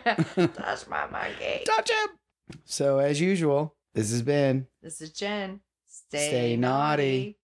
Speaker 2: That's my monkey.
Speaker 1: touch him. So as usual, this has been.
Speaker 2: This is Jen.
Speaker 1: Stay naughty.